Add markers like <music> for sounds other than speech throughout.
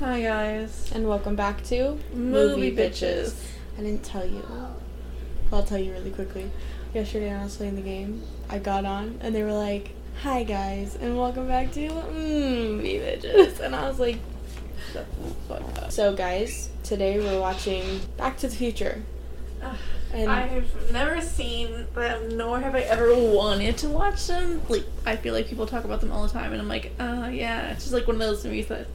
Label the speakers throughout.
Speaker 1: Hi guys.
Speaker 2: and welcome back to
Speaker 1: Movie, bitches.
Speaker 2: I didn't tell you. Well, I'll tell you really quickly. Yesterday, when I was playing the game, I got on and they were like, "Hi guys, and welcome back to Movie Bitches," <laughs> and I was like, "Shut the fuck up." So, guys, today we're watching Back to the Future.
Speaker 1: Ugh,
Speaker 2: And
Speaker 1: I've never seen them, nor have I ever wanted to watch them. Like I feel like people talk about them all the time, and I'm like, oh yeah, it's just like one of those movies that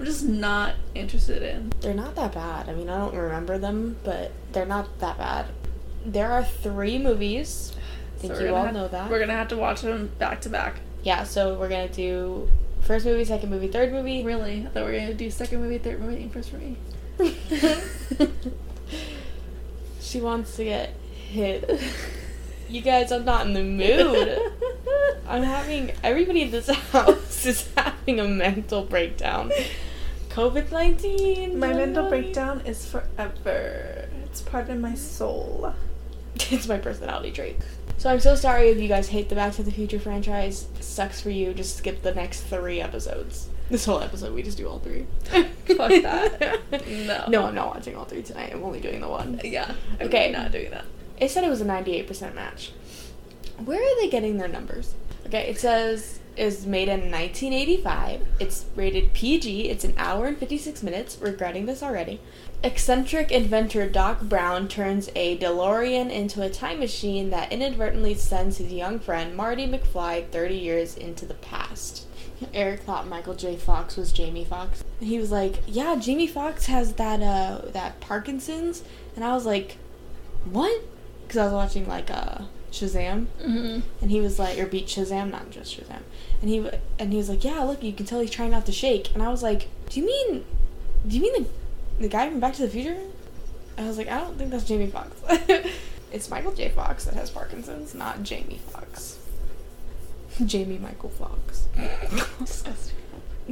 Speaker 1: I'm just not interested in.
Speaker 2: they're not that bad. I mean, I don't remember them, but they're not that bad. There are three movies. I think
Speaker 1: we're
Speaker 2: you
Speaker 1: gonna
Speaker 2: all
Speaker 1: have-
Speaker 2: know that.
Speaker 1: We're gonna have to watch them back to back.
Speaker 2: Yeah, so we're gonna do first movie, second movie, third movie.
Speaker 1: Really? I thought we were gonna do second movie, third movie, and first movie.
Speaker 2: <laughs> she wants to get hit. You guys, I'm not in the mood.
Speaker 1: <laughs>
Speaker 2: I'm having everybody in this <laughs> house is having a mental breakdown. COVID nineteen.
Speaker 1: My mental breakdown is forever. It's part of my soul.
Speaker 2: <laughs> It's my personality trait. So I'm so sorry if you guys hate the Back to the Future franchise. Sucks for you. Just skip the next three episodes. This whole episode, we just do all three.
Speaker 1: Fuck
Speaker 2: <laughs>
Speaker 1: that. No.
Speaker 2: No, I'm not watching all three tonight. I'm only doing the one.
Speaker 1: Yeah. I'm
Speaker 2: Okay.
Speaker 1: Not doing that.
Speaker 2: It said it was a 98% match. Where are they getting their numbers? Okay, it says it was made in 1985. It's rated PG. It's an hour and 56 minutes. Regretting this already. Eccentric inventor Doc Brown turns a DeLorean into a time machine that inadvertently sends his young friend Marty McFly 30 years into the past. Eric thought Michael J. Fox was Jamie Fox. He was like, "Yeah, Jamie Fox has that uh that Parkinson's," and I was like, "What?" Because I was watching like uh Shazam,
Speaker 1: Mm-hmm.
Speaker 2: and he was like, or beat Shazam, not just Shazam. And he w- and he was like, yeah, look, you can tell he's trying not to shake. And I was like, do you mean, do you mean the the guy from Back to the Future? I was like, I don't think that's Jamie Fox. <laughs> it's Michael J. Fox that has Parkinson's, not Jamie Fox. Jamie Michael Fox.
Speaker 1: Disgusting.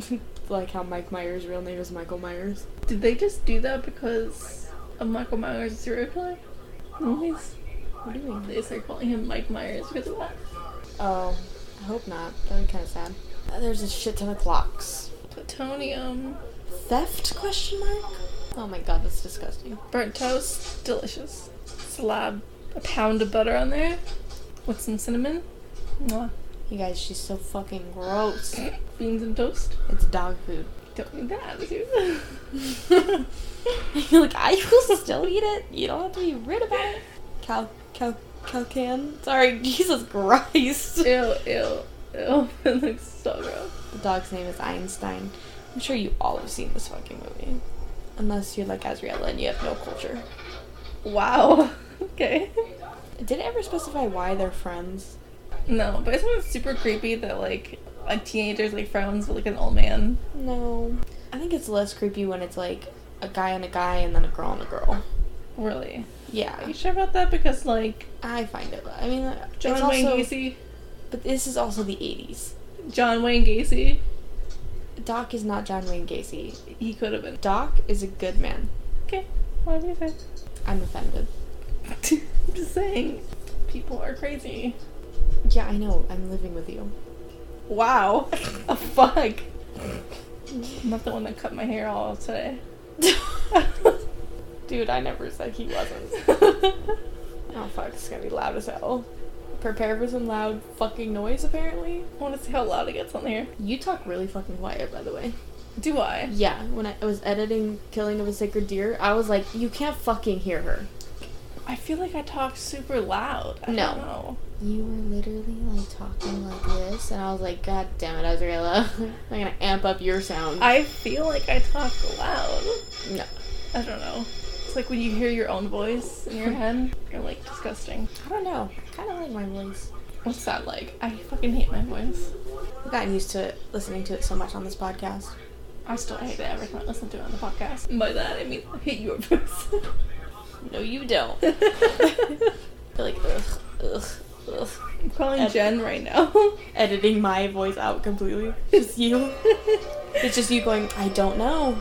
Speaker 2: <laughs> like how Mike Myers' real name is Michael Myers.
Speaker 1: Did they just do that because of Michael Myers' serial killer? Movies?
Speaker 2: What do you mean?
Speaker 1: They start calling him Mike Myers because of that.
Speaker 2: Oh, I hope not. That'd be kind of sad. Uh, There's a shit ton of clocks.
Speaker 1: Plutonium.
Speaker 2: Theft? Question mark. Oh my god, that's disgusting.
Speaker 1: Burnt toast. Delicious. Slab. A pound of butter on there. With some cinnamon. Mwah.
Speaker 2: You guys, she's so fucking gross.
Speaker 1: Beans and toast.
Speaker 2: It's dog food. <laughs>
Speaker 1: Don't need that <laughs> attitude.
Speaker 2: You're like, I will still eat it. You don't have to be rude about it. Cal, cal, calcan. Sorry, <laughs> Jesus Christ.
Speaker 1: ew, ew, ew. <laughs> That looks so gross.
Speaker 2: The dog's name is Einstein. I'm sure you all have seen this fucking movie. Unless you're like Azriela and you have no culture.
Speaker 1: Wow. <laughs> Okay.
Speaker 2: Did it ever specify why they're friends?
Speaker 1: No, but isn't it super creepy that like a teenager's like friends with like an old man?
Speaker 2: No. I think it's less creepy when it's like a guy and a guy and then a girl and a girl.
Speaker 1: Really? Are
Speaker 2: Yeah,
Speaker 1: you sure about that? Because like
Speaker 2: I find it. I mean, uh, it's
Speaker 1: John Wayne
Speaker 2: also,
Speaker 1: Gacy,
Speaker 2: but this is also the 80s.
Speaker 1: John Wayne Gacy,
Speaker 2: Doc is not John Wayne Gacy.
Speaker 1: he could have been.
Speaker 2: Doc is a good man.
Speaker 1: Okay, whatever you say.
Speaker 2: I'm offended.
Speaker 1: <laughs> I'm just saying, people are crazy.
Speaker 2: Yeah, I know. I'm living
Speaker 1: <laughs>
Speaker 2: with you.
Speaker 1: Wow, <laughs> a fuck. I'm not the one that cut my hair all today.
Speaker 2: Dude, I never said he
Speaker 1: <laughs>
Speaker 2: wasn't. oh fuck, it's gonna be loud as hell. Prepare for some loud fucking noise, apparently.
Speaker 1: I want to see how loud it gets on here.
Speaker 2: You talk really fucking quiet, by the way.
Speaker 1: Do I?
Speaker 2: Yeah, when I was editing Killing of a Sacred Deer, I was like, you can't fucking hear her.
Speaker 1: I feel like I talk super loud. I
Speaker 2: No.
Speaker 1: Don't know.
Speaker 2: You were literally like talking like this, and I was like, God damn it, Azriela. <laughs> I'm gonna amp up your sound.
Speaker 1: I feel like I talk loud.
Speaker 2: no.
Speaker 1: I don't know. It's like when you hear your own voice in
Speaker 2: <laughs>
Speaker 1: your head, you're like disgusting.
Speaker 2: I don't know. I kinda like my voice.
Speaker 1: What's that like? I fucking hate my voice.
Speaker 2: I've gotten used to it, listening to it so much on this podcast.
Speaker 1: I still hate it every time I listen to it on the podcast. And by that I mean I hate your voice. <laughs>
Speaker 2: No, you <laughs> don't. You're like, ugh, ugh, ugh.
Speaker 1: I'm calling
Speaker 2: Ed-
Speaker 1: Jen right <laughs> now.
Speaker 2: Editing my voice out completely. It's you. It's just you
Speaker 1: <laughs>
Speaker 2: going, I don't know.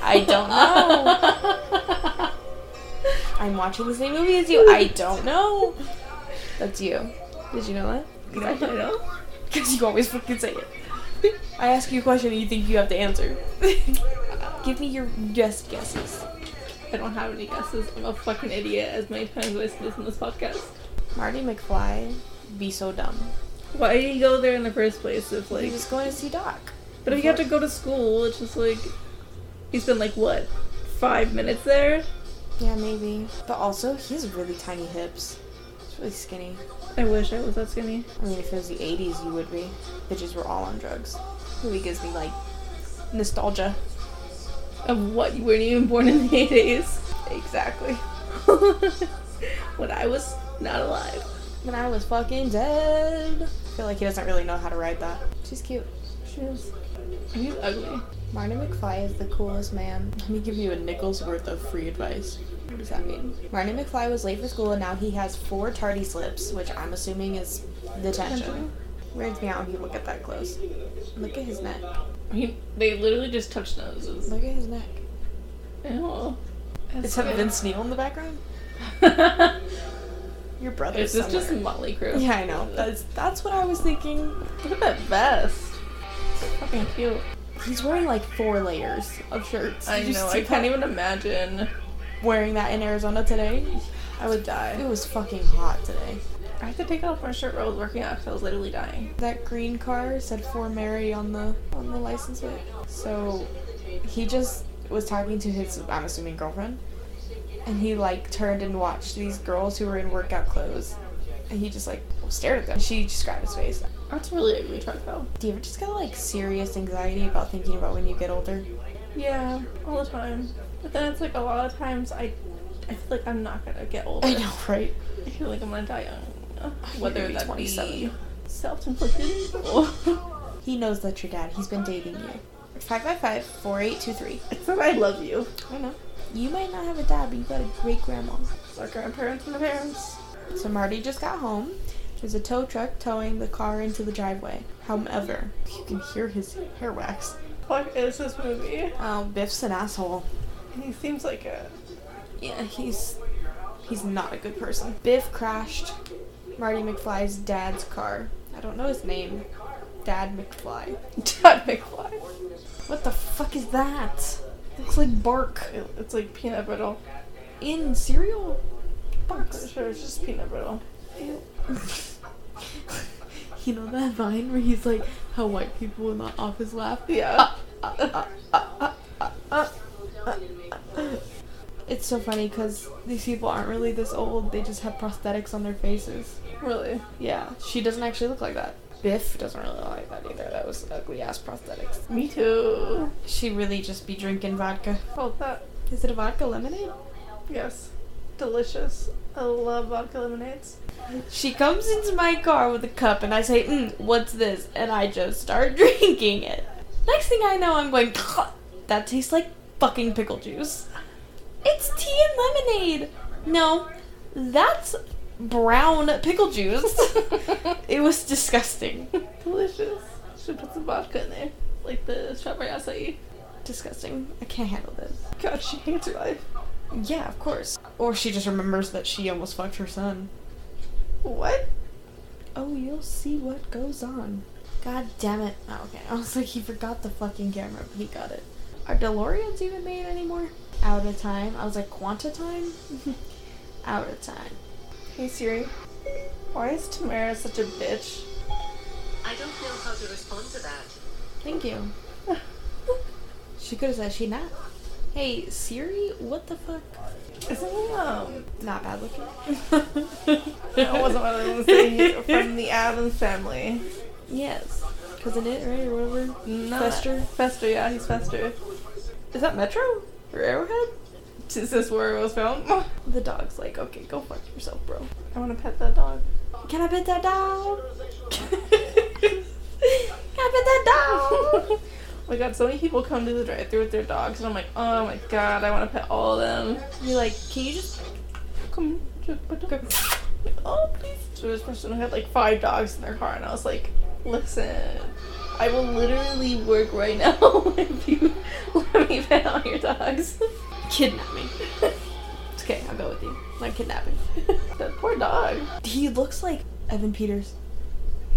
Speaker 2: I don't know. I'm watching the same movie as you. I don't know. That's you. Did you know that? <laughs>
Speaker 1: you know, <laughs> I know. <laughs>
Speaker 2: Because you always fucking say it. I ask you a question and you think you have to answer. <laughs> Give me your best guesses.
Speaker 1: I don't have any guesses. I'm a fucking idiot as many times as I said this in this podcast.
Speaker 2: Marty McFly, be so dumb.
Speaker 1: Why did you go there in the first place if
Speaker 2: He
Speaker 1: like
Speaker 2: was going to see Doc.
Speaker 1: But if you have to go to school, it's just like he's been like what? Five minutes there?
Speaker 2: Yeah, maybe. But also, he has really tiny hips. He's really skinny.
Speaker 1: I wish I was that skinny.
Speaker 2: I mean, if it was the 80s, you would be. Bitches were all on drugs. Really gives me, like, nostalgia.
Speaker 1: Of what you weren't even born in the <laughs> eighties.
Speaker 2: Exactly.
Speaker 1: when I was not alive.
Speaker 2: When I was fucking dead. I feel like he doesn't really know how to ride that. She's cute.
Speaker 1: She was he's ugly.
Speaker 2: Marty McFly is the coolest man. Let me give you a nickel's worth of free advice. What does that mean? Marty McFly was late for school and now he has four tardy slips, which I'm assuming is detention.
Speaker 1: Detention.
Speaker 2: Weirds me out when people get that close. Look at his neck.
Speaker 1: He, they literally just touched noses.
Speaker 2: Look at his neck.
Speaker 1: Ew.
Speaker 2: Is that
Speaker 1: <laughs>
Speaker 2: Vince Neil in the background? Your brother.
Speaker 1: Is this just Motley Crue?
Speaker 2: Yeah, I know. That's that's what I was thinking.
Speaker 1: Look at that vest. Fucking cute.
Speaker 2: He's wearing like four layers of shirts.
Speaker 1: I
Speaker 2: Did you
Speaker 1: know.
Speaker 2: see
Speaker 1: I can't
Speaker 2: that?
Speaker 1: even imagine.
Speaker 2: wearing that in Arizona today.
Speaker 1: I would die.
Speaker 2: It was fucking hot today.
Speaker 1: I had to take off my shirt while I was working out because I was literally dying.
Speaker 2: That green car said for Mary on the on the license plate. So he just was talking to his I'm assuming girlfriend. And he like turned and watched these girls who were in workout clothes. And he just like stared at them. She just grabbed his face.
Speaker 1: That's a really ugly truck though.
Speaker 2: Do you ever just get like serious anxiety about thinking about when you get older?
Speaker 1: Yeah, all the time. But then it's like a lot of times I, I feel like I'm not gonna get older.
Speaker 2: I know, right?
Speaker 1: I feel like I'm gonna die young.
Speaker 2: you're
Speaker 1: Whether
Speaker 2: gonna be
Speaker 1: that
Speaker 2: 27.
Speaker 1: be self-inflicted or <laughs>
Speaker 2: He knows that your dad. He's been dating you. Five five five four eight two three.
Speaker 1: except I love you.
Speaker 2: I don't know. You might not have a dad, but you got a great grandma.
Speaker 1: Our grandparents and the parents.
Speaker 2: So Marty just got home. There's a tow truck towing the car into the driveway. However, you can hear his hair wax.
Speaker 1: What is this movie?
Speaker 2: Um, Biff's an asshole.
Speaker 1: He seems like a. <laughs>
Speaker 2: Yeah, he's he's not a good person. Biff crashed Marty McFly's dad's car. I don't know his name. Dad McFly.
Speaker 1: Dad McFly.
Speaker 2: What the fuck is that? Looks like bark
Speaker 1: It- It's like peanut brittle.
Speaker 2: in cereal.
Speaker 1: I'm
Speaker 2: Barks.
Speaker 1: pretty sure it's just peanut brittle.
Speaker 2: <laughs> you know that vine where he's like how white people in the office laugh?
Speaker 1: Yeah.
Speaker 2: It's so funny because these people aren't really this old, they just have prosthetics on their faces.
Speaker 1: Really?
Speaker 2: Yeah, she doesn't actually look like that. Biff doesn't really look like that either. That was ugly ass prosthetics.
Speaker 1: Me too.
Speaker 2: She really just be drinking vodka.
Speaker 1: Hold that.
Speaker 2: Is it a vodka lemonade?
Speaker 1: Yes. Delicious. I love vodka lemonades.
Speaker 2: She comes into my car with a cup and I say, mm, what's this? And I just start <laughs> drinking it. Next thing I know, I'm going, that tastes like fucking pickle juice. It's tea and lemonade. No, that's brown pickle juice. it was disgusting.
Speaker 1: Delicious. Should put some vodka in there. Like the strawberry acai.
Speaker 2: Disgusting. I can't handle this.
Speaker 1: God, she hates her life.
Speaker 2: Yeah, of course. Or she just remembers that she almost fucked her son.
Speaker 1: What?
Speaker 2: Oh, you'll see what goes on. God damn it. Oh, okay. <laughs> I was like, he forgot the fucking camera, but he got it. Are DeLoreans even made anymore? Out of time. I was like, Quanta <laughs> time? Out of time.
Speaker 1: Hey Siri. Why is Tamara such a bitch?
Speaker 3: I don't know how to respond to that.
Speaker 2: Thank <laughs> you. She could have said she not. Hey, Siri, what the fuck?
Speaker 1: Isn't he, um.
Speaker 2: Not bad <laughs> looking.
Speaker 1: That wasn't what I was saying. From the Adams family.
Speaker 2: <laughs> Yes. Cousin it, right? Or whatever.
Speaker 1: Not
Speaker 2: Fester?
Speaker 1: Fester, yeah, he's Fester.
Speaker 2: Is that Metro? Or Arrowhead?
Speaker 1: Is this where it was filmed? I
Speaker 2: The dog's like, okay, go fuck yourself, bro.
Speaker 1: want to pet that dog.
Speaker 2: Can I pet that dog? <laughs> Can I pet that
Speaker 1: Oh
Speaker 2: dog?
Speaker 1: my god, so many people come to the drive thru with their dogs, and I'm like, oh my god, I want to pet all of them.
Speaker 2: You're like, can you just
Speaker 1: Come, just put them. Like, oh, please. So this person had like five dogs in their car, and I was like, listen, I will literally work right now <laughs> if you let me pet all your dogs. <laughs>
Speaker 2: kidnap me? It's okay, I'll go with you. Not kidnapping.
Speaker 1: <laughs> that poor dog.
Speaker 2: He looks like Evan Peters,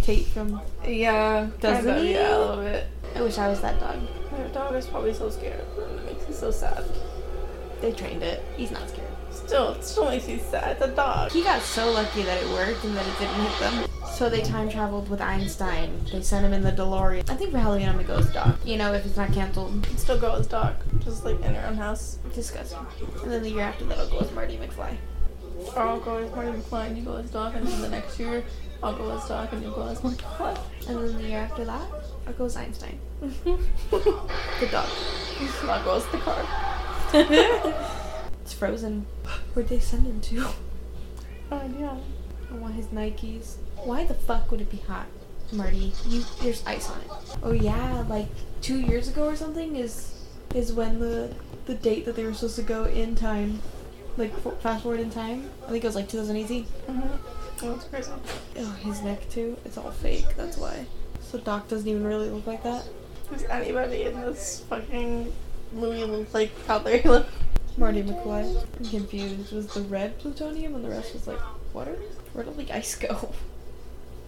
Speaker 2: Tate from.
Speaker 1: Yeah,
Speaker 2: Doesn't
Speaker 1: kind of,
Speaker 2: he?
Speaker 1: Yeah, a little bit.
Speaker 2: I wish I was that dog.
Speaker 1: My dog is probably so scared of him. It makes me so sad.
Speaker 2: They trained it. He's not scared.
Speaker 1: Still, it still makes me sad. It's a dog.
Speaker 2: He got so lucky that it worked and that it didn't hit them. So they time traveled with Einstein. They sent him in the DeLorean. I think for Halloween I'm a ghost dog. You know, if it's not canceled.
Speaker 1: can still go with dog. Just like in her own house.
Speaker 2: Disgusting. And then the year after that I'll go with Marty McFly.
Speaker 1: Or I'll go as Marty McFly and you go as dog, and then the next year I'll go as dog and you go as Marty McFly.
Speaker 2: And then the year after that, I'll go with Einstein. <laughs> The dog.
Speaker 1: I'll go as the car.
Speaker 2: <laughs> It's frozen. Where'd they send him to?
Speaker 1: Oh yeah.
Speaker 2: I want his Nikes. Why the fuck would it be hot, Marty? You there's ice on it. Oh yeah, like two years ago or something is is when the the date that they were supposed to go in time, like for, fast forward in time. I think it was like 2018.
Speaker 1: Mm-hmm. Well, it's crazy.
Speaker 2: Oh, his neck too. It's all fake. That's why. So Doc doesn't even really look like that.
Speaker 1: Does anybody in this fucking movie look like how they look?
Speaker 2: Marty McFly. I'm confused. Was the red plutonium and the rest was like water? Where did all the ice go?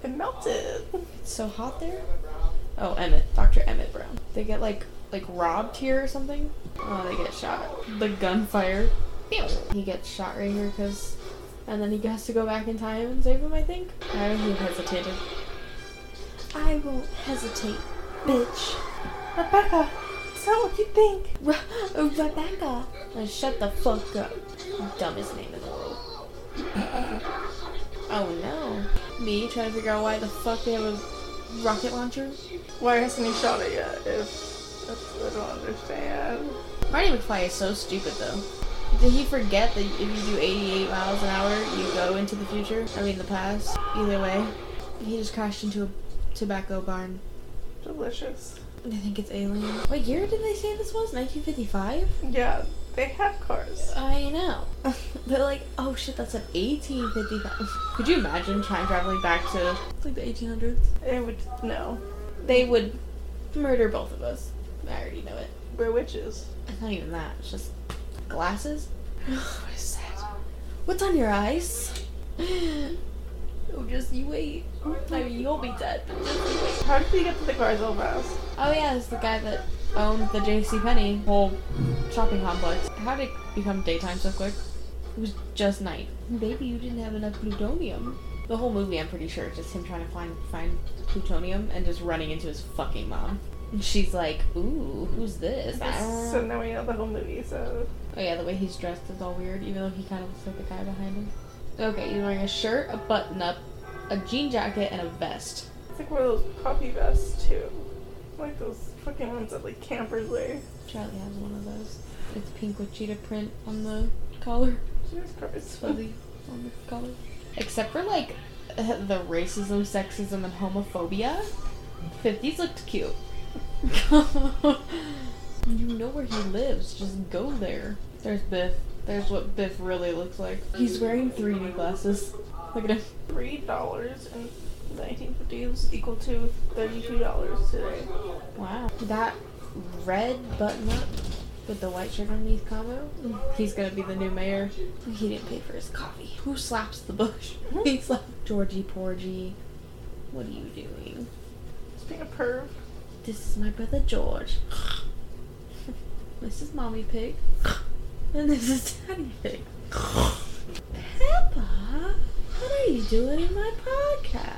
Speaker 1: It melted.
Speaker 2: It's so hot there. Oh, Emmett, Dr. Emmett Brown. They get like like robbed here or something. Oh, they get shot. The gunfire. Pew. He gets shot right here because, and then he has to go back in time and save him. I think. I he hesitated. I won't hesitate, bitch. <laughs>
Speaker 1: Rebecca, it's not what you think.
Speaker 2: Re- Rebecca. Now shut the fuck up. Dumbest name in the world. oh no. Me trying to figure out why the fuck they have a rocket launcher.
Speaker 1: Why hasn't he shot it yet? If that's, I don't understand.
Speaker 2: Marty McFly is so stupid though. Did he forget that if you do 88 miles an hour, you go into the future? I mean, the past. Either way, he just crashed into a tobacco barn.
Speaker 1: Delicious.
Speaker 2: And I think it's alien. What year did they say this was? 1955?
Speaker 1: Yeah, they have cars.
Speaker 2: I know. <laughs> They're like, oh shit, that's an 1855. Could you imagine time traveling back to like the 1800s?
Speaker 1: They would know.
Speaker 2: They would murder both of us. I already know it.
Speaker 1: We're witches.
Speaker 2: It's not even that. It's just glasses. <sighs> what is that? What's on your eyes? Oh, just you wait. I mean, you'll be dead, but just you wait.
Speaker 1: How did they get to the car so fast?
Speaker 2: Oh yeah, it's the guy that owned the J.C. Penney whole shopping complex. How did it become daytime so quick? It was just night. Maybe you didn't have enough plutonium. The whole movie, I'm pretty sure, is just him trying to find find plutonium and just running into his fucking mom. And she's like, "Ooh, who's this?" I don't
Speaker 1: So now we know the whole movie, so.
Speaker 2: Oh yeah, the way he's dressed is all weird, even though he kind of looks like the guy behind him. Okay, he's wearing a shirt, a button-up, a jean jacket, and a vest.
Speaker 1: It's like one of those puppy vests, too. Like those fucking ones that like campers wear.
Speaker 2: Charlie has one of those. It's pink with cheetah print on the collar.
Speaker 1: Jesus Christ.
Speaker 2: It's fuzzy on the collar. Except for like <laughs> the racism, sexism, and homophobia, fifties looked cute. <laughs> you know where he lives. Just go there. There's Biff. There's what Biff really looks like. He's wearing 3D glasses. Look at him.
Speaker 1: Three dollars in 1950 was equal to thirty-two dollars today.
Speaker 2: Wow. That red button up with the white shirt underneath combo, he's gonna be the new mayor. He didn't pay for his coffee. Hmm? Who slaps the bush? <laughs> he slapped Georgie Porgy. What are you doing?
Speaker 1: It's being a perv.
Speaker 2: This is my brother George. <laughs> this is Mommy <laughs> Pig. and this is Daddy Pig. Peppa, what are you doing in my <laughs> podcast?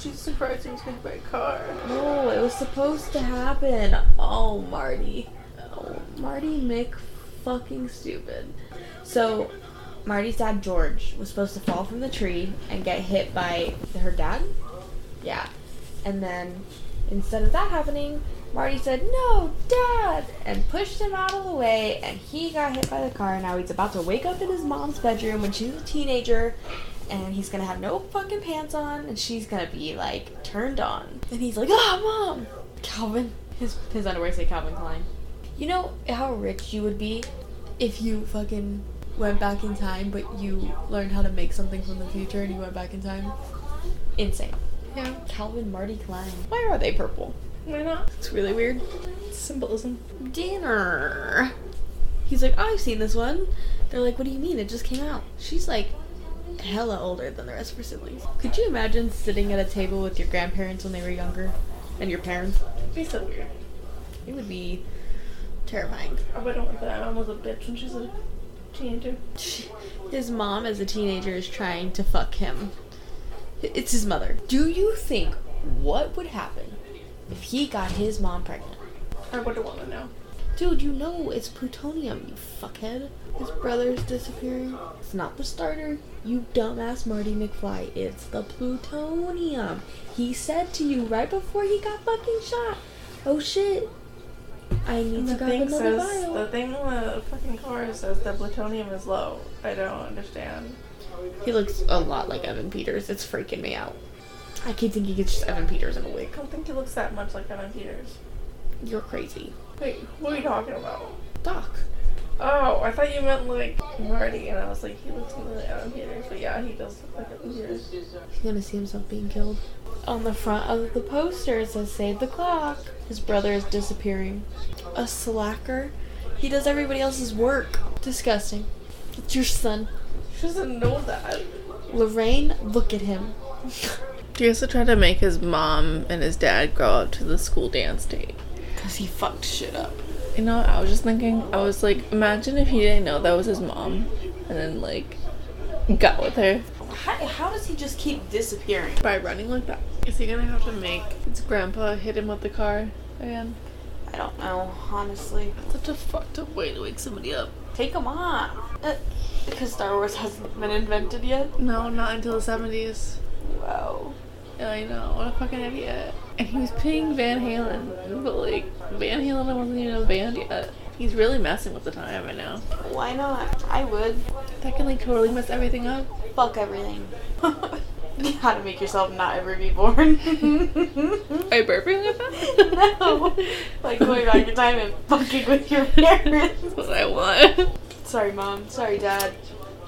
Speaker 1: She's surprised he was hit by a car.
Speaker 2: No, it was supposed to happen. Oh, Marty. Oh, Marty Mick fucking stupid. So, Marty's dad, George, was supposed to fall from the tree and get hit by her dad? Yeah. And then, instead of that happening, Marty said, No, dad! And pushed him out of the way, and he got hit by the car. Now he's about to wake up in his mom's bedroom when she's a teenager, and he's gonna have no fucking pants on, and she's gonna be like turned on. And he's like, Ah, mom! Calvin. His, his underwear say Calvin Klein. You know how rich you would be if you fucking went back in time, but you learned how to make something from the future and you went back in time? Insane.
Speaker 1: Yeah.
Speaker 2: Calvin Marty Klein. Why are they purple?
Speaker 1: Why not?
Speaker 2: It's really weird.
Speaker 1: Symbolism.
Speaker 2: Dinner. He's like, "Oh, I've seen this one. They're like, what do you mean? It just came out. She's like, hella older than the rest of her siblings. Could you imagine sitting at a table with your grandparents when they were younger? and your parents.
Speaker 1: It'd be so weird.
Speaker 2: It would be terrifying.
Speaker 1: I wouldn't want that. My mom was a bitch when she was a teenager.
Speaker 2: His mom, as a teenager, is trying to fuck him. It's his mother. Do you think what would happen if he got his mom pregnant?
Speaker 1: I wouldn't want to know.
Speaker 2: Dude, you know it's plutonium, you fuckhead. His brother's disappearing. It's not the starter, you dumbass Marty McFly. It's the plutonium. He said to you right before he got fucking shot, oh shit, I need
Speaker 1: And
Speaker 2: to
Speaker 1: the
Speaker 2: grab
Speaker 1: thing
Speaker 2: another
Speaker 1: says
Speaker 2: vial.
Speaker 1: the thing on the fucking car says that plutonium is low. I don't understand.
Speaker 2: He looks a lot like Evan Peters. It's freaking me out. I keep thinking it's just Evan Peters in a
Speaker 1: I
Speaker 2: wig.
Speaker 1: don't think he looks that much like Evan Peters.
Speaker 2: You're crazy.
Speaker 1: Wait, who are you talking about?
Speaker 2: Doc.
Speaker 1: Oh, I thought you meant like Marty, and I was like, he looks more like Evan Peters, but yeah, he does look like Evan Peters.
Speaker 2: He's gonna see himself being killed. On the front of the poster, it says Save the Clock. His brother is disappearing. A slacker. He does everybody else's work. Disgusting. It's your son.
Speaker 1: She doesn't know that.
Speaker 2: Lorraine, look at him.
Speaker 1: He also tried to make his mom and his dad go out to the school dance date.
Speaker 2: Because he fucked shit up.
Speaker 1: You know, I was just thinking, I was like, imagine if he didn't know that was his mom, and then like got with her.
Speaker 2: How, how does he just keep disappearing?
Speaker 1: by running like that. Is he gonna have to make his grandpa hit him with the car again?
Speaker 2: I don't know, honestly.
Speaker 1: Such a fucked up way to wake somebody up.
Speaker 2: Take him off. Uh, because Star Wars hasn't been invented yet.
Speaker 1: No, not until the seventies.
Speaker 2: Wow.
Speaker 1: I know, what a fucking idiot. And he was paying Van Halen, but like Van Halen wasn't even a band yet. He's really messing with the time right now.
Speaker 2: Why not? I would.
Speaker 1: That can like totally mess everything up.
Speaker 2: Fuck <laughs> everything. How to make yourself not ever be <laughs> born.
Speaker 1: I burping with <laughs> that?
Speaker 2: no. Like going back in time and fucking with your parents.
Speaker 1: That's what I want. <laughs>
Speaker 2: Sorry, Mom. Sorry, Dad.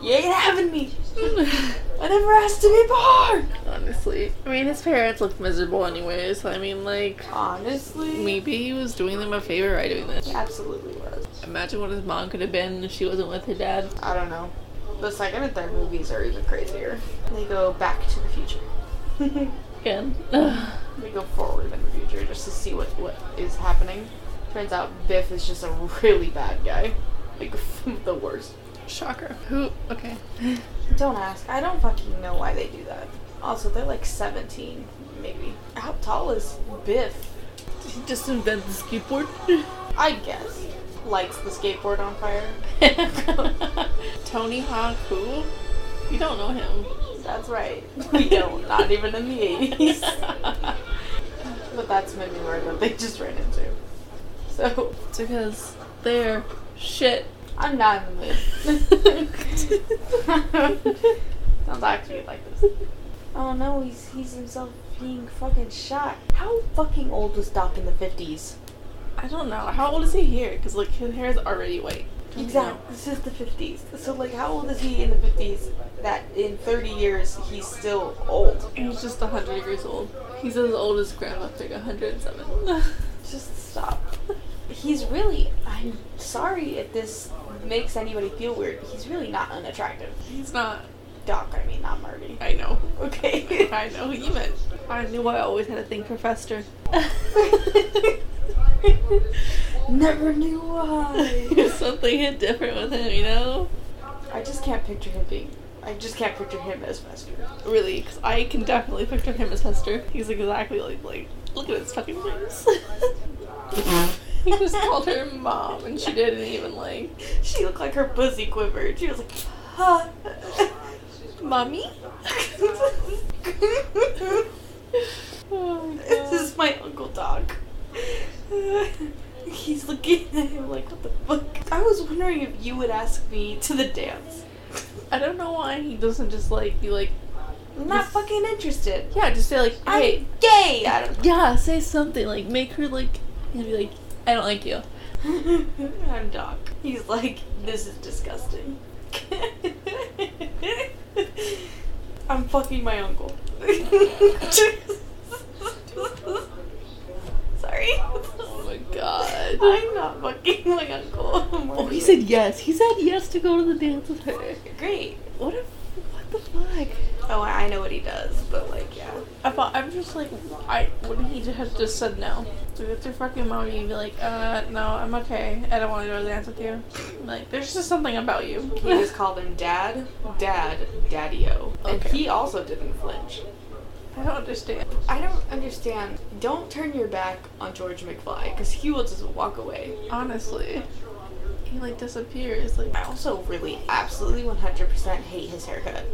Speaker 2: You ain't having me. I never asked to be born.
Speaker 1: Honestly. I mean his parents looked miserable anyways, so I mean like
Speaker 2: Honestly.
Speaker 1: maybe he was doing them a favor by doing this.
Speaker 2: Absolutely was.
Speaker 1: Imagine what his mom could have been if she wasn't with her dad.
Speaker 2: I don't know. The second and third movies are even crazier. They go back to the future.
Speaker 1: Again.
Speaker 2: We go forward in the future just to see what what is happening. Turns out Biff is just a really bad guy, like <laughs> the worst.
Speaker 1: Shocker. Who? <laughs> Okay.
Speaker 2: Don't ask. I don't fucking know why they do that. Also, they're like 17, maybe. How tall is Biff?
Speaker 1: Did he just invent the skateboard?
Speaker 2: I guess. Lights the skateboard on
Speaker 1: <laughs>
Speaker 2: fire.
Speaker 1: Tony Hawk, who? You don't know him.
Speaker 2: That's right. We don't. Not even in the <laughs> 80s. But that's my new word that they just ran into. So
Speaker 1: <laughs> it's because they're shit.
Speaker 2: I'm not in the <laughs> mood. Don't talk to me like this. Oh no, he's he's himself being fucking shot. How fucking old was Doc in the fifties?
Speaker 1: I don't know. How old is he here? Because like his hair is already white. Don't
Speaker 2: Exactly. This is the fifties. So like, how old is he in the fifties? That in thirty years he's still old.
Speaker 1: know. He's just hundred years old. He's as old as Grandma, like hundred and seven. <laughs>
Speaker 2: Just stop. He's really. I'm sorry if this makes anybody feel weird. He's really not unattractive.
Speaker 1: He's not.
Speaker 2: Doc, I mean, not Marty.
Speaker 1: I know.
Speaker 2: <laughs> Okay.
Speaker 1: I know who you meant. I knew I always had a thing for <laughs> Fester.
Speaker 2: Never knew why.
Speaker 1: Something hit different with him, you know?
Speaker 2: I just can't picture him being. I just can't picture him as Fester.
Speaker 1: Really, because I can definitely picture him as Hester. He's exactly like, like look at his fucking face. <laughs> he just called her mom, and she didn't even like,
Speaker 2: She looked like her pussy quivered. She was like, huh.
Speaker 1: mommy. Oh, <laughs>
Speaker 2: this
Speaker 1: God.
Speaker 2: is my Uncle Doc. He's looking at him like, what the fuck? I was wondering if you would ask me to the dance.
Speaker 1: I don't know why he doesn't just like be like,
Speaker 2: I'm not fucking interested.
Speaker 1: yeah, just say like, hey,
Speaker 2: I'm gay. I don't
Speaker 1: yeah, say something like, make her like, and be like, I don't like you.
Speaker 2: I'm Doc. He's like, this is disgusting. I'm fucking my uncle. Sorry.
Speaker 1: Oh my
Speaker 2: <laughs>
Speaker 1: god.
Speaker 2: I'm not fucking my uncle.
Speaker 1: Oh, he said yes. He said yes to go to the dance with her.
Speaker 2: great.
Speaker 1: What a, what the fuck?
Speaker 2: oh, I know what he does, but like, yeah.
Speaker 1: I thought I'm just like, I wouldn't he have just said no? So if your fucking mommy and be like, uh, no, I'm okay. I don't want to go to dance with you. Like, there's just something about you.
Speaker 2: He <laughs> just called him dad, dad, daddy-o. And
Speaker 1: Okay.
Speaker 2: he also didn't flinch.
Speaker 1: I don't understand.
Speaker 2: I don't understand. Don't turn your back on George McFly, because he will just walk away.
Speaker 1: Honestly, he like disappears. Like,
Speaker 2: I also really, absolutely 100% hate his haircut.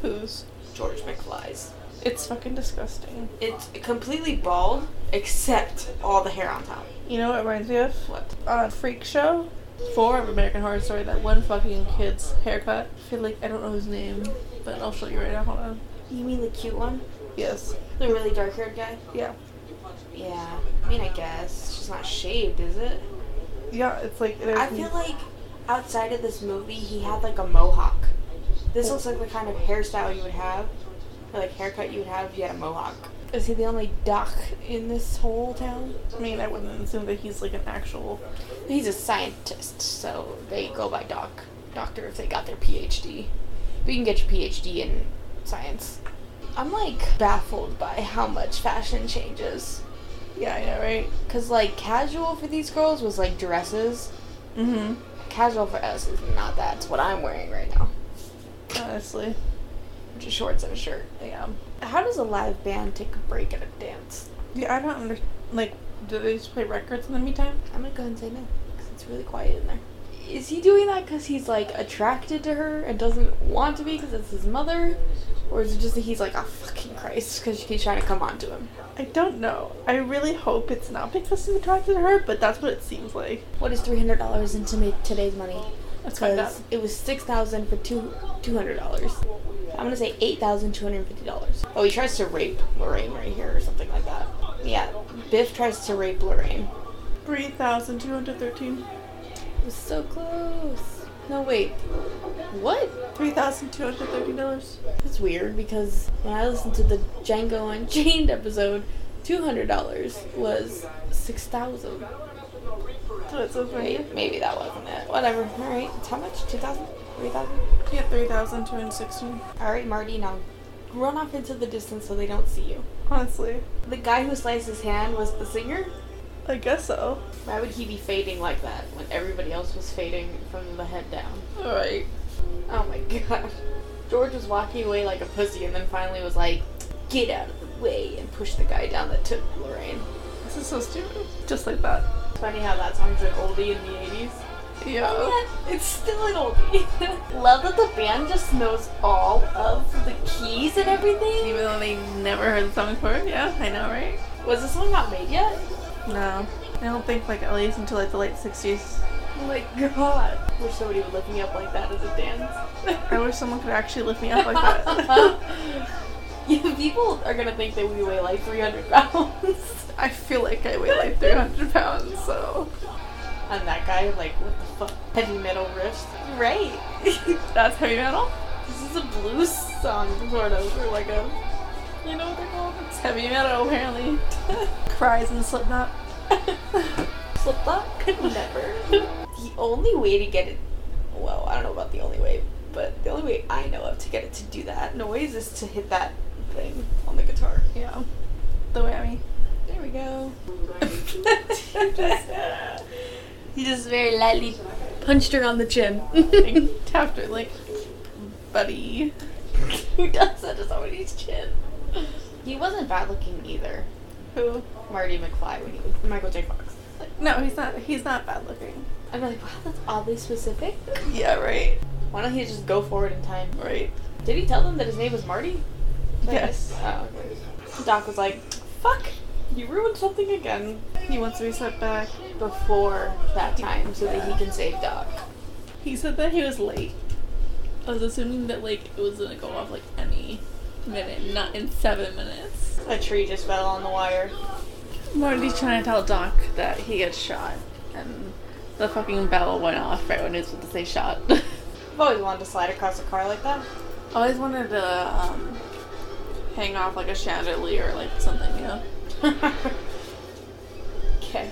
Speaker 1: who's?
Speaker 2: George McFly's.
Speaker 1: It's fucking disgusting.
Speaker 2: It's completely bald, except all the hair on top.
Speaker 1: You know what it reminds me of?
Speaker 2: What?
Speaker 1: On Freak Show, four of American Horror Story, that one fucking kid's haircut. I feel like I don't know his name, but I'll show you right now. Hold on.
Speaker 2: You mean the cute one?
Speaker 1: Yes.
Speaker 2: The really dark-haired guy?
Speaker 1: Yeah.
Speaker 2: Yeah. I mean, I guess. She's not shaved, is it?
Speaker 1: Yeah, it's like.
Speaker 2: I feel like outside of this movie, he had like a mohawk. This looks like the kind of hairstyle you would have, or like haircut you would have if you had a mohawk. Is he the only doc in this whole town?
Speaker 1: I mean, I wouldn't assume that he's like an actual.
Speaker 2: He's a scientist, so they go by doc, doctor if they got their PhD. But you can get your PhD in science. I'm like baffled by how much fashion changes.
Speaker 1: Yeah, I know, right?
Speaker 2: Cause like casual for these girls was like dresses.
Speaker 1: Mm hmm.
Speaker 2: Casual for us is not that. It's what I'm wearing right now.
Speaker 1: Honestly.
Speaker 2: just shorts and a shirt.
Speaker 1: Yeah.
Speaker 2: How does a live band take a break at a dance?
Speaker 1: Yeah, I don't understand. Like, do they just play records in the meantime?
Speaker 2: I'm gonna go ahead and say no because it's really quiet in there. Is he doing that because he's like attracted to her and doesn't want to be because it's his mother, or is it just that he's like, oh fucking Christ, because she's trying to come on to him?
Speaker 1: I don't know. I really hope it's not because he's attracted to her, but that's what it seems like.
Speaker 2: What is three hundred dollars in to make today's money?
Speaker 1: Let's find out.
Speaker 2: Because it was six thousand for two two hundred dollars. I'm gonna say eight thousand two hundred fifty dollars. Oh, he tries to rape Lorraine right here or something like that. Yeah, Biff tries to rape Lorraine.
Speaker 1: 3,213.
Speaker 2: It was so close. No, wait. What?
Speaker 1: $3,213.
Speaker 2: That's weird because when I listened to the Django Unchained episode, $200 was 6000
Speaker 1: So it's so funny.
Speaker 2: Wait, maybe that wasn't it. Whatever. Alright, it's how much? 2000 3000
Speaker 1: Yeah, 3,216.
Speaker 2: Alright, Marty, now run off into the distance so they don't see you.
Speaker 1: Honestly.
Speaker 2: The guy who sliced his hand was the singer?
Speaker 1: I guess so.
Speaker 2: Why would he be fading like that when everybody else was fading from the head down?
Speaker 1: Alright.
Speaker 2: Oh my <laughs> god. George was walking away like a pussy and then finally was like, get out of the way and pushed the guy down that took Lorraine.
Speaker 1: This is so stupid. Just like that.
Speaker 2: It's funny how that song's an oldie in the 80s.
Speaker 1: Yeah.
Speaker 2: Yet, <laughs> it's still an oldie. Oh, <laughs> Love that the band just knows all of the keys and everything.
Speaker 1: Even though they never heard the song before. Yeah, I know, right?
Speaker 2: Was this one not made yet?
Speaker 1: No. I don't think, like, at least until, like, the late 60s.
Speaker 2: Oh my god. Wish somebody would lift me up like that as a dance.
Speaker 1: I wish someone could actually lift me up like
Speaker 2: <laughs>
Speaker 1: that.
Speaker 2: yeah, people are gonna think that we weigh like 300 pounds. <laughs>
Speaker 1: I feel like I weigh like 300 pounds, so
Speaker 2: And that guy, like, what the fuck? Heavy metal riffs. Right.
Speaker 1: that's heavy metal.
Speaker 2: <laughs> this is a blues song, sort of, or like a, you know what they're called?
Speaker 1: It's heavy metal, apparently. Cries and Slipknot. <laughs>
Speaker 2: <laughs> Flip flop could <laughs> never. the only way to get it, well, I don't know about the only way, but the only way I know of to get it to do that noise is to hit that thing on the guitar.
Speaker 1: Yeah, the whammy. <laughs>
Speaker 2: There we <laughs> go. he just very lightly punched her on the chin.
Speaker 1: I
Speaker 2: <laughs>
Speaker 1: tapped her like, buddy.
Speaker 2: Who does that to somebody's chin? He wasn't bad looking either.
Speaker 1: Who?
Speaker 2: Marty McFly when he was Michael J. Fox. Like,
Speaker 1: No, he's not. He's not bad looking.
Speaker 2: I'm like, wow, that's oddly specific.
Speaker 1: Yeah, right,
Speaker 2: Why don't he just go forward in time?
Speaker 1: right.
Speaker 2: Did he tell them that his name was Marty? Like,
Speaker 1: Yes.
Speaker 2: Oh, okay. Doc was like, fuck, you ruined something again
Speaker 1: He wants to be set back.
Speaker 2: before that time so that he can save Doc.
Speaker 1: He said that he was late. I was assuming that like it was gonna go off like any minute, not in seven minutes.
Speaker 2: A tree just fell on the wire.
Speaker 1: Marty's trying to tell Doc that he gets shot, and the fucking bell went off right when it was supposed to say shot.
Speaker 2: I've always wanted to slide across a car like that.
Speaker 1: <laughs> Always wanted to um, hang off like a chandelier or like something, you know?
Speaker 2: <laughs> okay.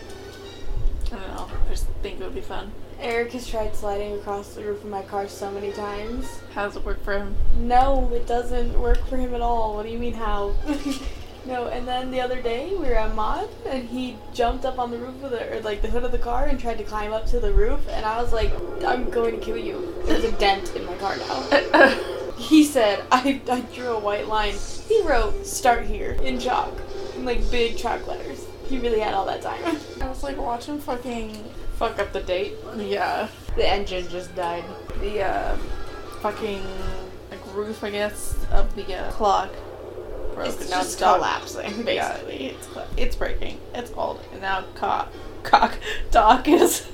Speaker 1: I don't know. I just think it would be fun.
Speaker 2: Eric has tried sliding across the roof of my car so many times.
Speaker 1: How does it work for <laughs> him?
Speaker 2: No, it doesn't work for him at all. What do you mean how? <laughs> no, and then the other day we were at Mod and he jumped up on the roof of the or like the hood of the car and tried to climb up to the roof and I was like, I'm going to kill you. There's a dent in my car now. <laughs> He said, I, I drew a white line. He wrote, start here in chalk. In like big chalk letters. He really had all that time. <laughs>
Speaker 1: I was like, watch him fucking.
Speaker 2: Fuck up the date.
Speaker 1: Yeah.
Speaker 2: The engine just died.
Speaker 1: The, uh, fucking, like, roof, I guess, of the uh, clock broke.
Speaker 2: It's
Speaker 1: and now
Speaker 2: just
Speaker 1: dog-
Speaker 2: collapsing,
Speaker 1: Yeah,
Speaker 2: basically.
Speaker 1: it's, cla- it's breaking. It's old. And now cock. Cock. <laughs> Doc is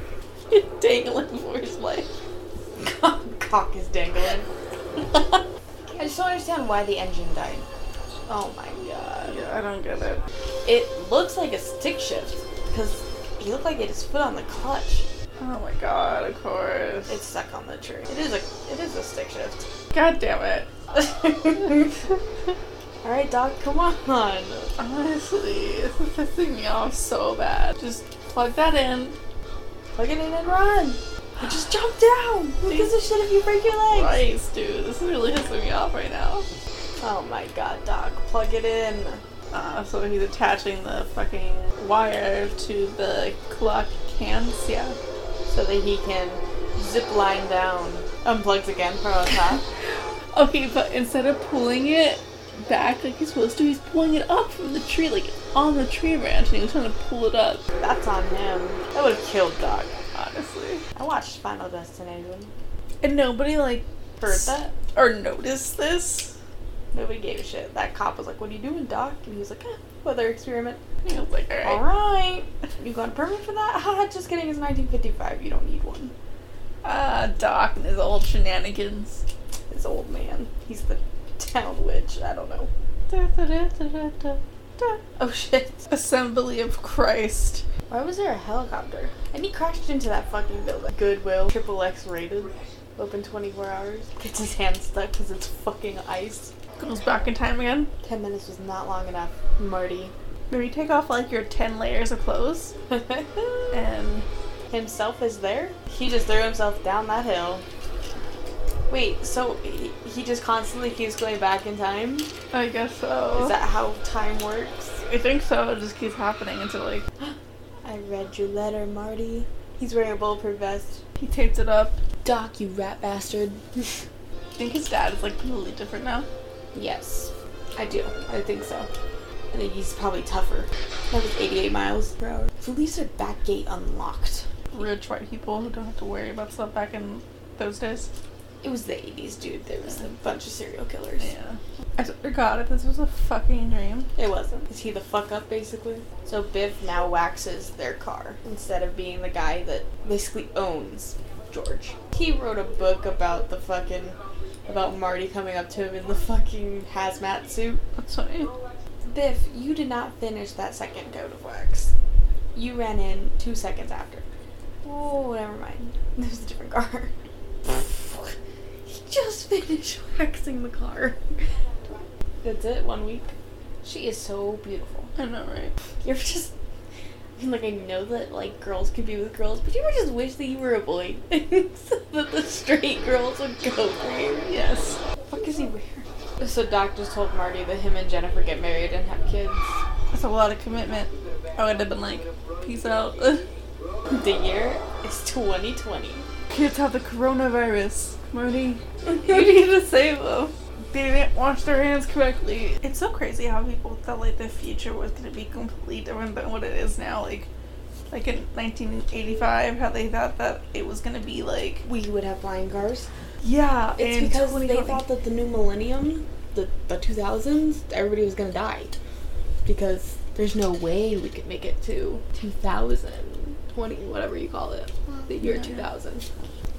Speaker 1: <laughs> dangling for his life.
Speaker 2: <laughs> Cock is dangling. I just don't understand why the engine died. Oh my god.
Speaker 1: Yeah, I don't get it.
Speaker 2: It looks like a stick shift because he looked like he had his foot on the clutch.
Speaker 1: Oh my god, of course.
Speaker 2: It's stuck on the tree. It is a it is a stick shift. <laughs>
Speaker 1: God damn it. <laughs>
Speaker 2: All right, Doc, come on.
Speaker 1: Honestly, this is pissing me off so bad. Just plug that in.
Speaker 2: Plug it in and run. Or just jump down. Who gives a shit if you break your legs?
Speaker 1: Christ, dude, this is really pissing me off right now.
Speaker 2: Oh my god, Doc, plug it in.
Speaker 1: Uh, so he's attaching the fucking wire to the clock cams, yeah.
Speaker 2: So that he can zip line down. Unplugs again from on top.
Speaker 1: <laughs> Okay, but instead of pulling it back like he's supposed to, he's pulling it up from the tree, like on the tree branch, and he was trying to pull it up.
Speaker 2: That's on him. That would have killed Doc.
Speaker 1: Honestly.
Speaker 2: I watched Final Destination.
Speaker 1: And nobody, like,
Speaker 2: Heard that?
Speaker 1: or noticed this.
Speaker 2: Nobody gave a shit. That cop was like, "What are you doing, Doc?" And he was like, eh, "Weather experiment."
Speaker 1: And I was like, alright.
Speaker 2: All right. You got a permit for that? <laughs> Haha, Just kidding. It's 1955. You don't need one.
Speaker 1: Ah, Doc and his old shenanigans.
Speaker 2: It's old man. He's the <laughs> town witch. I don't know. <laughs> Oh shit.
Speaker 1: Assembly of Christ.
Speaker 2: Why was there a helicopter? And he crashed into that fucking building. Goodwill, triple X rated, open 24 hours. Gets his hand stuck because it's fucking ice.
Speaker 1: Goes back in time again.
Speaker 2: 10 minutes was not long enough, Marty.
Speaker 1: Maybe take off like your 10 layers of clothes and
Speaker 2: <laughs> himself is there? He just threw himself down that hill. Wait, so he, he just constantly keeps going back in time? Is
Speaker 1: I guess so.
Speaker 2: that how time works?
Speaker 1: I think so. It just keeps happening until like
Speaker 2: I read your letter, Marty. He's wearing a bulletproof vest.
Speaker 1: he tapes it up.
Speaker 2: Doc, you rat bastard.
Speaker 1: I think his dad is like completely different now.
Speaker 2: <laughs> yes, I do. I think so. I think he's probably tougher. That was 88 miles per hour. Police are back gate unlocked.
Speaker 1: Rich white people who don't have to worry about stuff back in those days.
Speaker 2: It was the 80s, dude. There was a bunch of serial killers.
Speaker 1: Yeah. I swear to God, if this was a fucking dream.
Speaker 2: It wasn't. Is he the fuck up basically? So Biff now waxes their car instead of being the guy that basically owns George. He wrote a book about the fucking about Marty coming up to him in the fucking hazmat suit.
Speaker 1: That's funny.
Speaker 2: Biff, you did not finish that second coat of wax. You ran in two seconds after. Oh, never mind. <laughs> There's a different car. <laughs> he just finished waxing the car. That's it, one week. She is so beautiful.
Speaker 1: I know, right?
Speaker 2: You're just I mean, like I know that like girls could be with girls, but you ever just wish that you were a boy <laughs> so that the straight girls would go for you?
Speaker 1: Yes.
Speaker 2: What is he wearing? So Doc just told Marty that him and Jennifer get married and have kids.
Speaker 1: That's a lot of commitment. I would have been like, peace out. <laughs>
Speaker 2: The year is 2020.
Speaker 1: Kids have the coronavirus, Marty. <laughs>
Speaker 2: you need to save them.
Speaker 1: they didn't wash their hands correctly. It's so crazy how people thought like the future was gonna be completely different than what it is now. Like, like in 1985, how they thought that it was gonna be like
Speaker 2: <laughs> We would have flying cars.
Speaker 1: yeah.
Speaker 2: It's
Speaker 1: in
Speaker 2: because they
Speaker 1: 2020.
Speaker 2: thought that the new millennium, the the 2000s, everybody was gonna die because there's no way we could make it to 2000, 20, whatever you call it, the year
Speaker 1: Yeah.
Speaker 2: 2000.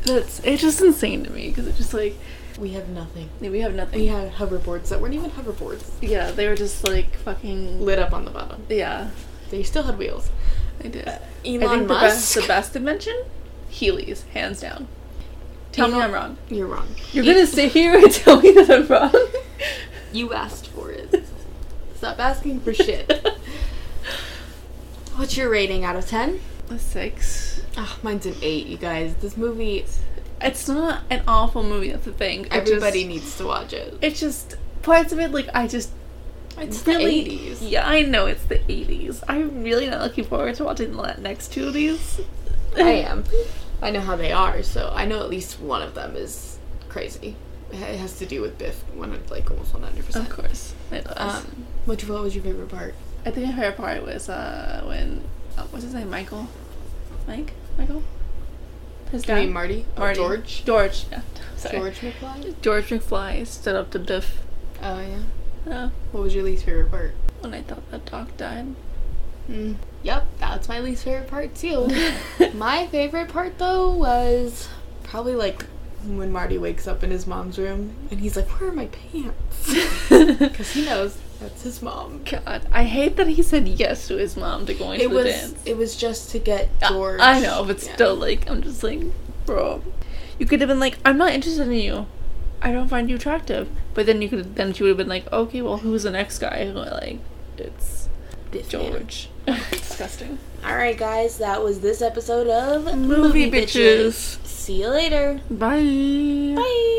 Speaker 1: that's it's just insane to me because it's just like
Speaker 2: We have nothing.
Speaker 1: we have nothing.
Speaker 2: We had hoverboards that weren't even hoverboards,
Speaker 1: yeah, they were just like fucking
Speaker 2: lit up on the bottom.
Speaker 1: yeah.
Speaker 2: They still had wheels.
Speaker 1: They did.
Speaker 2: Elon
Speaker 1: I think the best
Speaker 2: Musk.
Speaker 1: the best invention, Heelys, hands down. Tell me
Speaker 2: Elon-
Speaker 1: I'm wrong.
Speaker 2: You're wrong.
Speaker 1: You're gonna sit here <laughs> and tell me that I'm wrong.
Speaker 2: You asked for it.
Speaker 1: <laughs>
Speaker 2: Stop asking for shit. What's your rating out of 10?
Speaker 1: A six.
Speaker 2: Ugh, Ah, mine's an eight, you guys. This movie,
Speaker 1: It's not an awful movie. That's the thing. I just-
Speaker 2: everybody needs to watch it.
Speaker 1: it's just parts of it like I just
Speaker 2: It's
Speaker 1: really
Speaker 2: the 80s.
Speaker 1: Yeah, I know it's the eighties. I'm really not looking forward to watching the next two of these. <laughs>
Speaker 2: I am. I know how they are, so I know at least one of them is crazy. It has to do with Biff, one of, like almost one hundred
Speaker 1: of
Speaker 2: percent.
Speaker 1: course. It does.
Speaker 2: Um, what what was your favorite part?
Speaker 1: I think my favorite part was uh when uh, what's his name, Michael, Mike, Michael, his
Speaker 2: Do you mean Marty? Or
Speaker 1: Marty.
Speaker 2: George?
Speaker 1: George, yeah, sorry.
Speaker 2: George McFly?
Speaker 1: George McFly stood up to Biff
Speaker 2: Oh yeah.
Speaker 1: uh,
Speaker 2: What was your least favorite part?
Speaker 1: when I thought that dog died.
Speaker 2: Mm. Yep, that's my least favorite part too.
Speaker 1: <laughs>
Speaker 2: my favorite part though was probably like when Marty wakes up in his mom's room and he's like, "Where are my pants?" Because he knows that's his mom.
Speaker 1: God, I hate that he said yes to his mom to going
Speaker 2: It
Speaker 1: to
Speaker 2: was
Speaker 1: the dance.
Speaker 2: it was just to get
Speaker 1: I-
Speaker 2: George.
Speaker 1: I know, but
Speaker 2: yeah.
Speaker 1: still, like, I'm just like, bro, you could have been like, I'm not interested in you. I don't find you attractive. But then you could, then she would have been like, okay, well, who's the next guy? And we're like, it's
Speaker 2: Biff, man. <laughs>
Speaker 1: George. Disgusting.
Speaker 4: All right, guys, that was this episode of
Speaker 1: Movie bitches.
Speaker 4: See you later.
Speaker 1: Bye.
Speaker 4: Bye.
Speaker 2: <laughs>